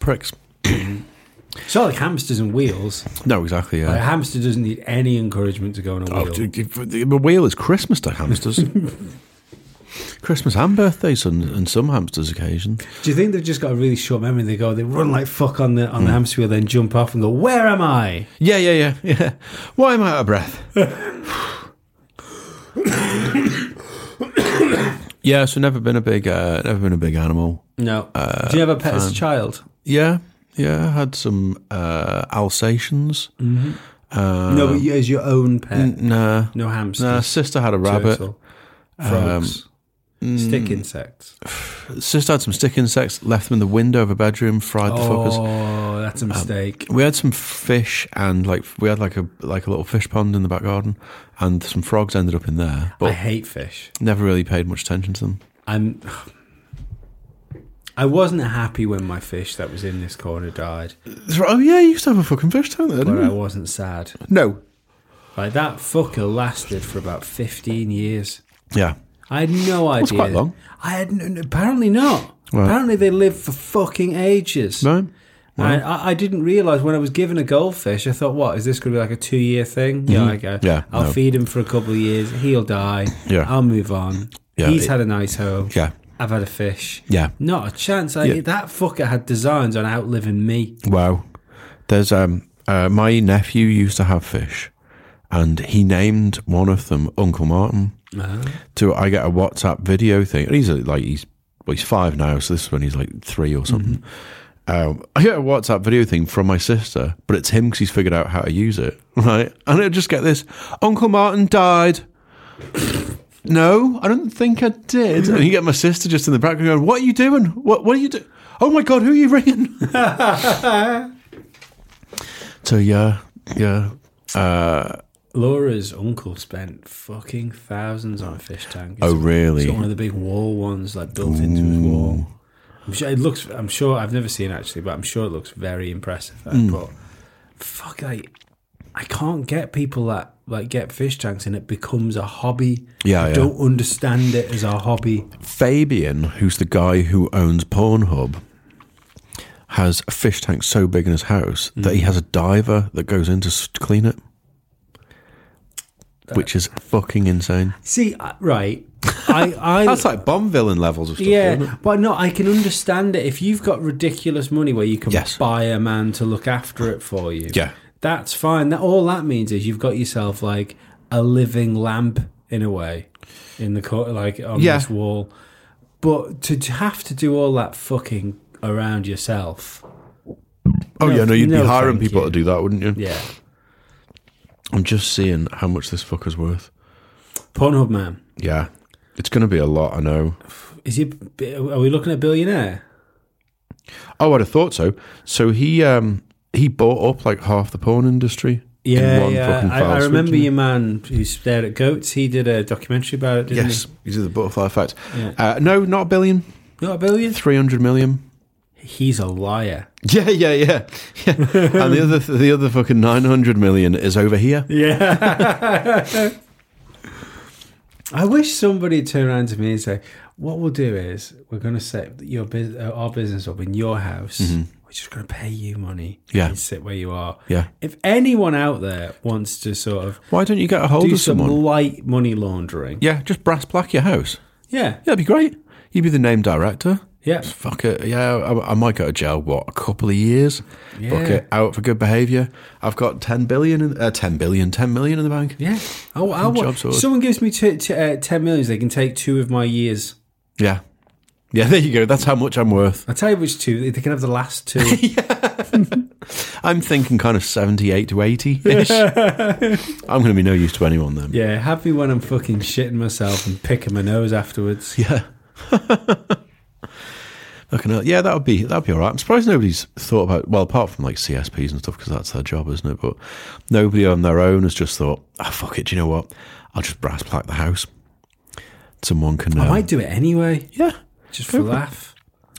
B: Pricks.
A: It's not like hamsters and wheels.
B: No, exactly. Yeah.
A: A hamster doesn't need any encouragement to go on a
B: Oh,
A: wheel.
B: d- d- the the wheel is Christmas to hamsters. Christmas and birthdays and, and some hamsters' occasions.
A: Do you think they've just got a really short memory? They go, they run like fuck on the on
B: Mm.
A: the hamster wheel, then jump off and go, where am I?
B: Yeah, yeah, yeah, yeah. Why am I out of breath? yeah, so never been a big, uh, never been a big animal.
A: No. Do you have a pet as a child?
B: Yeah, yeah. I had some uh, Alsatians. Mm-hmm. Uh,
A: No, but you, as your own pet.
B: nah,
A: no
B: nah.
A: hamsters.
B: Sister had a rabbit. mm,
A: turtle, frogs, stick insects.
B: Sister had some stick insects. Left them in the window of a bedroom. Fried the fuckers.
A: Oh, that's
B: Um,
A: a mistake.
B: We had some fish and like we had like a like a little fish pond in the back garden, and some frogs ended up in there.
A: I
B: But
A: hate fish.
B: never really paid much attention to them.
A: I'm. I wasn't happy when my fish that was in this corner died,
B: Oh yeah, you used to have a fucking fish tank there,
A: but I wasn't sad.
B: No.
A: Like that fucker lasted for about fifteen years.
B: Yeah.
A: I had no idea.
B: That's quite long.
A: I had n- apparently not.
B: Right.
A: Apparently they live for fucking ages.
B: Right.
A: I, I- I didn't realize when I was given a goldfish, I thought, what, is this going to be like a two year thing? Yeah, I go,
B: Mm-hmm. Yeah,
A: I'll
B: no.
A: feed him for a couple of years. He'll die.
B: Yeah.
A: I'll move on.
B: Yeah,
A: He's
B: it-
A: had a nice home.
B: Yeah.
A: I've had a fish.
B: Yeah.
A: Not a chance. I,
B: Yeah.
A: That fucker had designs on outliving me.
B: Wow. There's um uh, my nephew used to have fish, and he named one of them Uncle Martin. To I get a WhatsApp video thing, and he's uh, like he's well, he's five now, so this is when he's like three or something. Um, I get a WhatsApp video thing from my sister, but it's him because he's figured out how to use it, right? And I just get this: Uncle Martin died. No, I don't think I did. And you get my sister just in the background going, "What are you doing? What What are you doing? Oh my god, who are you ringing?" So yeah, yeah, uh,
A: Laura's uncle spent fucking thousands on a fish tank.
B: Oh, really?
A: It's got one of the big wall ones like built into his wall. I'm sure it looks. I'm sure I've never seen it actually, but I'm sure it looks very impressive. uh,
B: Hmm.
A: But fuck, like I can't get people that like get fish tanks and it becomes a hobby.
B: Yeah,
A: I
B: yeah.
A: don't understand it as a hobby.
B: Fabian, who's the guy who owns Pornhub, has a fish tank so big in his house that he has a diver that goes in to s- to clean it, which is fucking insane.
A: See, I- right? I, I
B: That's like bomb villain levels of stuff. isn't it?
A: Yeah, but no, I can understand it. If you've got ridiculous money where you can
B: Yes.
A: buy a man to look after it for you,
B: Yeah.
A: that's fine. That all that means is you've got yourself like a living lamp in a way, in the court, like on
B: Yeah.
A: this wall. But to to have to do all that fucking around yourself,
B: Oh yeah, no, you'd
A: no,
B: be hiring
A: thank
B: people
A: you.
B: to do that, wouldn't you?
A: yeah,
B: I'm just seeing how much this fucker's worth.
A: Pornhub man,
B: Yeah, it's going to be a lot. I know.
A: is he? Are we looking at billionaire?
B: Oh, I'd have thought so. So he um, he bought up like half the porn industry. in
A: Yeah,
B: one
A: yeah.
B: fucking
A: I,
B: foul
A: I
B: swoop,
A: remember
B: didn't he?
A: your man who's stared at goats. He did a documentary about it, didn't
B: Yes, he did the butterfly effect.
A: Yeah.
B: Uh, no, not a billion.
A: he? Not a billion.
B: Three hundred million.
A: He's a liar.
B: Yeah, yeah, yeah. yeah. and the other, the other fucking nine hundred million is over here.
A: Yeah. I wish somebody would turn around to me and say, "What we'll do is we're going to set your bus- uh, our business up in your house. We're just going to pay you money.
B: Mm-hmm. Yeah.
A: and sit where you are.
B: Yeah.
A: If anyone out there wants to sort of
B: Why don't you get a hold
A: do
B: of
A: some
B: someone?
A: light money laundering,
B: Yeah, just brass plaque your house.
A: yeah,
B: Yeah, that'd be great. You'd be the name director.
A: yeah,
B: Fuck it. Yeah, I, I might go to jail. What a couple of years. Fuck
A: Yeah.
B: it. Out for good behaviour. I've got ten billion. In, uh, ten billion. Ten million in the bank.
A: yeah. Oh, I want,
B: job sorted.
A: someone gives me t- t- uh, ten millions, they can take two of my years.
B: Yeah. Yeah. There you go. That's how much I'm worth.
A: I tell you which two, they can have the last two.
B: I'm thinking kind of seventy-eight to eighty ish. I'm going to be no use to anyone then.
A: yeah, happy when I'm fucking shitting myself and picking my nose afterwards.
B: Yeah. Looking at, yeah, that would be that would be all right. I'm surprised nobody's thought about. Well, apart from like CSPs and stuff, because that's their job, isn't it? But nobody on their own has just thought, "Ah, fuck it." Do you know what? I'll just brass plaque the house. Someone can.
A: I
B: Uh,
A: might do it anyway,
B: yeah,
A: just for a laugh.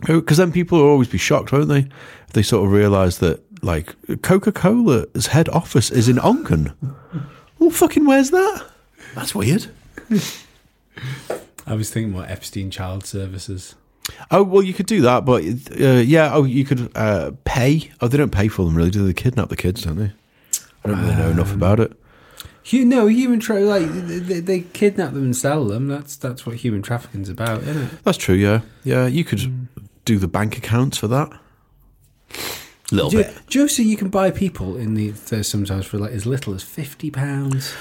B: because Oh, then people will always be shocked, won't they? If they sort of realise that, like, Coca Cola's head office is in Onken. well, fucking, where's that? That's weird.
A: I was thinking more Epstein Child Services.
B: Oh well, you could do that, but uh, yeah. Oh, you could uh, pay. Oh, they don't pay for them, really. Do they They kidnap the kids? Don't they? I don't really know enough about it.
A: You know, human tra- like they, they- they kidnap them and sell them. That's that's what human trafficking's about, isn't it?
B: That's true. Yeah, yeah. You could do the bank accounts for that. Little
A: Do,
B: bit.
A: do you see you can buy people in the there's sometimes for like as little as fifty pounds?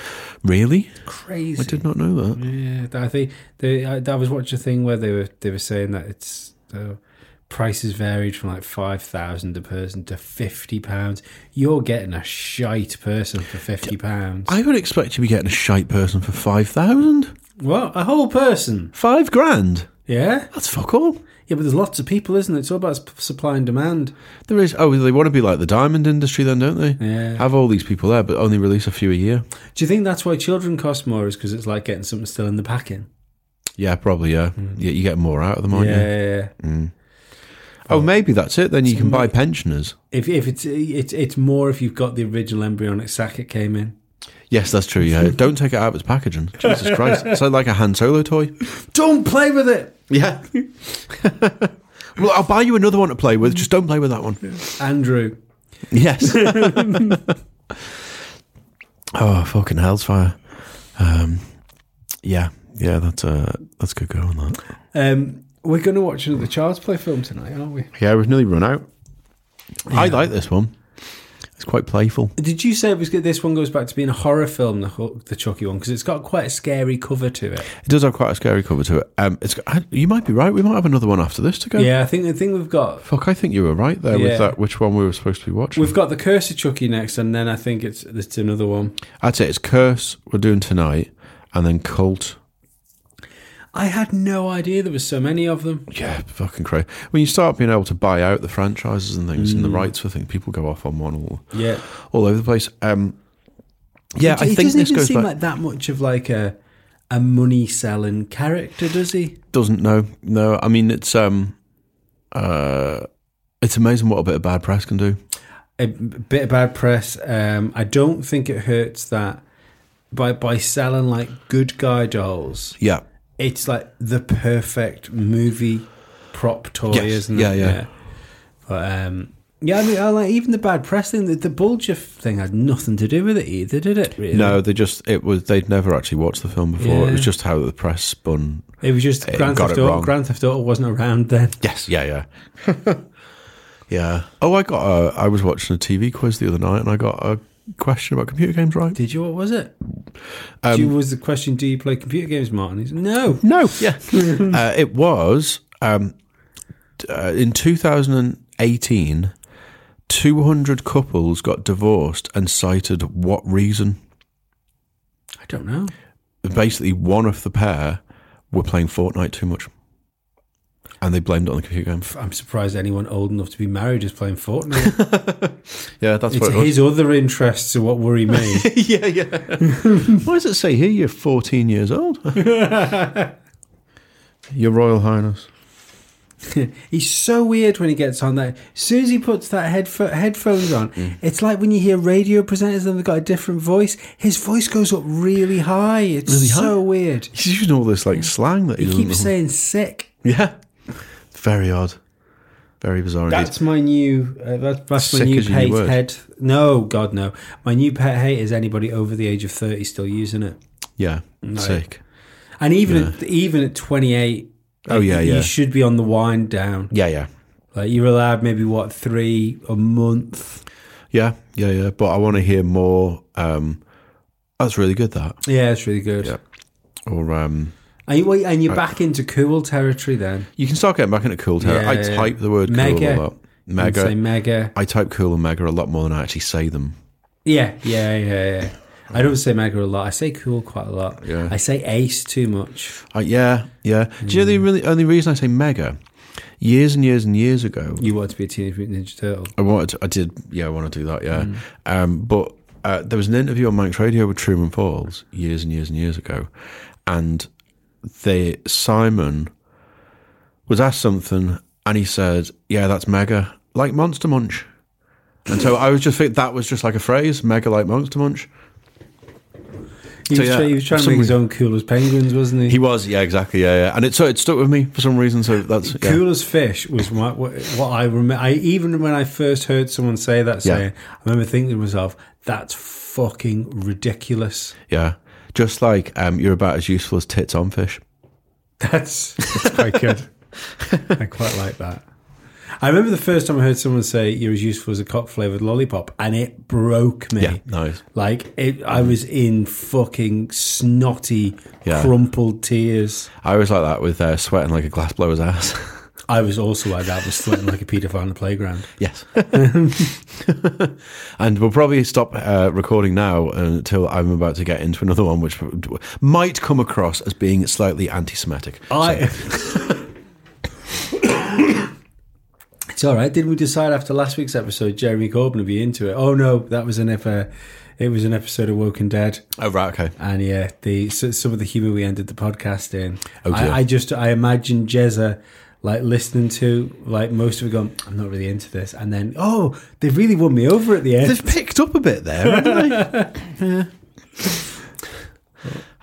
B: Really?
A: Crazy.
B: I did not know that.
A: Yeah, I think they, I, I was watching a thing where they were they were saying that it's uh, prices varied from like five thousand a person to fifty pounds. You're getting a shite person for fifty pounds.
B: I would expect you to be getting a shite person for five thousand,
A: What a whole person?
B: five grand.
A: Yeah,
B: That's fuck all.
A: yeah, but there's lots of people, isn't it? It's all about sp- supply and demand.
B: There is. Oh, they want to be like the diamond industry, then, don't they?
A: Yeah.
B: Have all these people there, but only release a few a year.
A: Do you think that's why children cost more? Is because it's like getting something still in the packing.
B: Yeah, probably. Yeah. Yeah, you get more out of them, aren't you?
A: Hmm. Yeah, yeah, yeah.
B: Oh, maybe that's it. Then you can buy pensioners.
A: If if it's it's it's more if you've got the original embryonic sac it came in.
B: Yes, that's true. Yeah, don't take it out of its packaging. Jesus Christ! It's like a Han Solo toy.
A: Don't play with it.
B: Yeah. well, I'll buy you another one to play with. Just don't play with that one.
A: Andrew.
B: Yes. oh, fucking hellsfire. Um, yeah, yeah. That's uh, that's good go on that.
A: Um, we're going to watch another Child's Play film tonight, aren't we?
B: Yeah, we've nearly run out. I like this one. It's quite playful.
A: Did you say it was good? This one goes back to being a horror film, the, Hu- the Chucky one, because it's got quite a scary cover to it.
B: It does have quite a scary cover to it. Um, it's. got- I- You might be right. We might have another one after this to go.
A: Yeah, I think the thing we've got
B: Fuck, I think you were right there
A: Yeah.
B: with that. Which one we were supposed to be watching?
A: we've got the Curse of Chucky next, and then I think it's it's another one.
B: I'd say it's Curse we're doing tonight, and then Cult.
A: I had no idea there was so many of them.
B: Yeah, fucking crazy. When you start being able to buy out the franchises and things and
A: Mm.
B: the rights for things, people go off on one all,
A: Yeah,
B: all over the place. Um, yeah,
A: it,
B: I
A: it
B: think
A: doesn't
B: this
A: even
B: goes
A: seem
B: back.
A: like that much of like a a money selling character, does he?
B: doesn't know. No, I mean it's um, uh, it's amazing what a bit of bad press can do.
A: a bit of bad press. Um, I don't think it hurts that by by selling like good guy dolls.
B: Yeah,
A: It's like the perfect movie prop toy,
B: Yes.
A: isn't
B: Yeah,
A: it?
B: yeah.
A: But um, yeah, I mean, I like even the bad press thing. The, the Bulger thing had nothing to do with it either, did it? Really?
B: no, they just it was they'd never actually watched the film before. It
A: Yeah.
B: was just how the press spun.
A: it was just
B: It
A: Grand
B: got
A: Theft
B: it
A: Auto.
B: wrong.
A: Grand Theft Auto wasn't around then.
B: Yes, yeah, yeah. yeah. Oh, I got a, I was watching a TV quiz the other night and I got a question about computer games right.
A: Did you? What was it? Do you- was the question? Do you play computer games, Martin? He said, no.
B: Um, No. Yeah. uh, it was um, t- uh, in 2018, 200 couples got divorced and cited what reason?
A: I don't know.
B: Basically, one of the pair were playing Fortnite too much. And they blamed it on the computer game.
A: I'm surprised anyone old enough to be married is playing Fortnite.
B: Yeah, that's
A: It's
B: what it was.
A: his other interests are what worry me.
B: yeah, yeah. Why does it say here you're 14 years old? Your Royal Highness.
A: He's so weird when he gets on that. As soon as he puts that headf- headphones on,
B: Mm.
A: it's like when you hear radio presenters and they've got a different voice. His voice goes up really high. It's
B: Really high?
A: so weird.
B: He's using all this like slang that he,
A: He
B: doesn't
A: keeps
B: know.
A: saying sick.
B: Yeah. Very odd. Very bizarre indeed.
A: That's my new. Uh, that, that's my
B: Sick
A: new
B: is your new
A: pet
B: word.
A: head. No, God, no. My new pet hate is anybody over the age of thirty still using it.
B: Yeah. Sick.
A: And even at, even at twenty eight.
B: Oh, yeah, yeah.
A: You should be on the wind down.
B: Yeah, yeah.
A: Like you're allowed maybe what three a month.
B: Yeah, yeah, yeah. But I want to hear more. Um, that's really good, that.
A: Yeah, it's really good.
B: Or um,
A: And, you, and you're back into cool territory then.
B: you can start getting back into cool terror. I
A: Yeah.
B: type the word cool
A: Mega.
B: a lot.
A: I'd
B: Mega.
A: say mega.
B: I type cool and mega a lot more than I actually say them.
A: Yeah, yeah, yeah, yeah. I don't say mega a lot. I say cool quite a lot.
B: Yeah.
A: I say ace too much.
B: I, yeah, yeah. Do you know the really only reason I say mega? Years and years and years ago,
A: You want to be a Teenage Mutant Ninja Turtle.
B: I wanted. To, I did. Yeah, I want to do that. Yeah. Um, but uh, there was an interview on Manx Radio with Truman Falls years and years and years ago, and they Simon was asked something, and he said, "Yeah, that's mega like Monster Munch." And so I was just think that was just like a phrase, mega like Monster Munch.
A: He,
B: So,
A: was,
B: yeah,
A: try- he was trying to
B: some
A: make his
B: reason-
A: own cool as penguins, wasn't he?
B: He was, yeah, exactly, yeah, yeah. And it so it stuck with me for some reason. So that's yeah.
A: Cool as fish was my, what, what I remember. I, even when I first heard someone say that
B: Yeah.
A: saying, I remember thinking to myself, that's fucking ridiculous.
B: Yeah. Just like um, you're about as useful as tits on fish.
A: That's, that's quite good. I quite like that. I remember the first time I heard someone say you're as useful as a cock flavored lollipop, and it broke me.
B: Yeah, nice.
A: Like it, I was in fucking snotty,
B: Yeah.
A: crumpled tears.
B: I was like that with uh, sweating like a glass blower's ass.
A: I was also like that, I was sweating like a paedophile on the playground.
B: yes. and we'll probably stop uh, recording now until I'm about to get into another one, which might come across as being slightly anti Semitic.
A: I. it's all right. Didn't we decide after last week's episode Jeremy Corbyn would be into it? Oh no, that was an ep- uh, It was an episode of Woken Dead.
B: Oh, right, okay.
A: And yeah, the so, some of the humour we ended the podcast in.
B: Oh, dear.
A: I, I just I imagine Jezza like listening to like most of it going, I'm not really into this, and then oh, they really won me over at the end.
B: They've picked up a bit there, haven't they? yeah.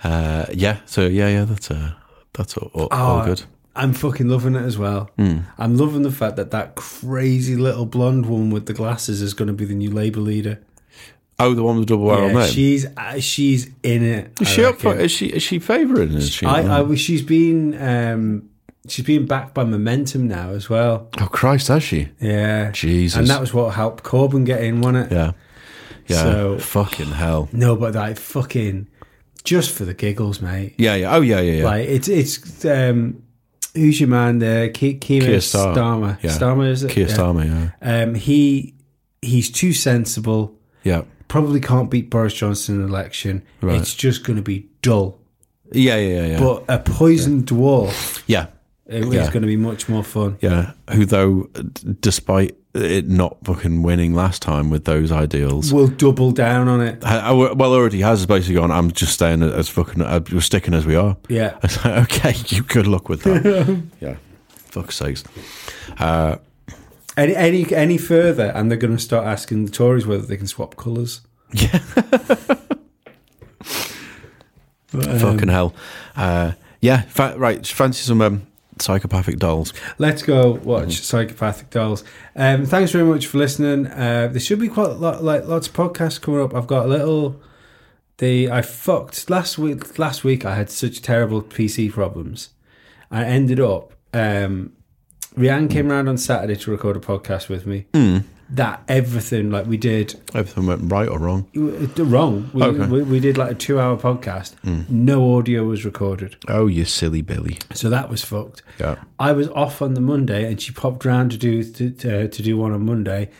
B: Uh, yeah, so yeah, yeah, that's, uh, that's all, all, all
A: Oh,
B: good. Hmm.
A: I'm fucking loving it as well. I'm loving the fact that that crazy little blonde woman with the glasses is going to be the new Labour leader.
B: Oh, the one with the double barrel
A: yeah,
B: name.
A: she's uh, she's in it.
B: Is
A: I
B: she up
A: reckon.
B: for? Is she is she favouring? Is she?
A: I, I was- she's been um, she's been backed by momentum now as well.
B: oh Christ, has she?
A: Yeah,
B: Jesus.
A: and that was what helped Corbyn get in, wasn't it?
B: Yeah, yeah.
A: So-
B: Fucking hell.
A: No, but like fucking just for the giggles, mate.
B: Yeah, yeah. Oh, yeah, yeah, yeah.
A: Like it's it's um, who's your man there? Ke- Keir
B: Keir Starmer.
A: Starmer.
B: Yeah.
A: Starmer is it?
B: Keir
A: Yeah.
B: Starmer. Yeah,
A: Um, he he's too sensible.
B: yeah,
A: Probably can't beat Boris Johnson in an election.
B: Right.
A: It's just going to be dull.
B: yeah, yeah, yeah. Yeah,
A: But a poisoned dwarf
B: yeah.
A: it is
B: Yeah.
A: going to be much more fun.
B: yeah. Who though, d- despite it not fucking winning last time with those ideals.
A: We'll double down on it.
B: I- I- Well, already has basically gone. I'm just staying as fucking. uh, We're sticking as we are.
A: Yeah.
B: I was like, okay, you good luck with that. yeah, fuck's sakes. Uh,
A: Any any any further, and they're going to start asking the Tories whether they can swap colours.
B: Yeah. Fucking hell. Uh, yeah. Fa- right. Fancy some um, psychopathic dolls.
A: Let's go watch Psychopathic Dolls. Um, thanks very much for listening. Uh, there should be quite a lot, like lots of podcasts coming up. I've got a little. The I fucked last week. Last week I had such terrible PC problems. I ended up. Um, Rianne came round on Saturday to record a podcast with me. That everything like we did
B: Everything went um, right or wrong.
A: it was wrong. We,
B: Okay. Mm.
A: we, we did like a two-hour podcast. No audio was recorded,
B: Oh, you silly Billy.
A: so that was fucked.
B: Yeah.
A: I was off on the Monday, and she popped round to do to, to, to do one on Monday.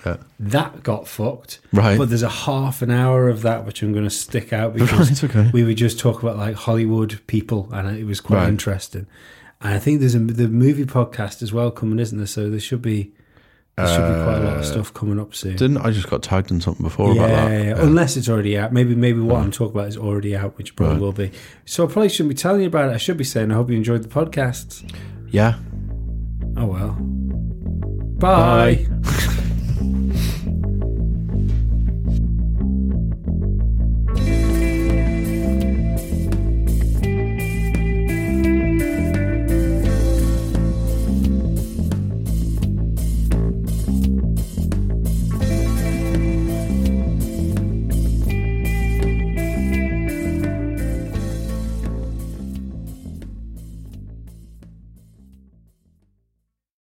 A: That got fucked.
B: Right.
A: But there's a half an hour of that which I'm going to stick out because
B: Right, okay.
A: we would just talk about like Hollywood people, and it was quite
B: Right.
A: interesting. And I think there's a the movie podcast as well coming, isn't there? So there should be there should be quite a
B: Uh,
A: lot of stuff coming up soon.
B: Didn't I just got tagged in something before
A: yeah,
B: about that?
A: yeah, unless it's already out. Maybe maybe what I'm talking about is already out, which probably will be. So I probably shouldn't be telling you about it. I should be saying I hope you enjoyed the podcast.
B: Yeah.
A: Oh well. Bye.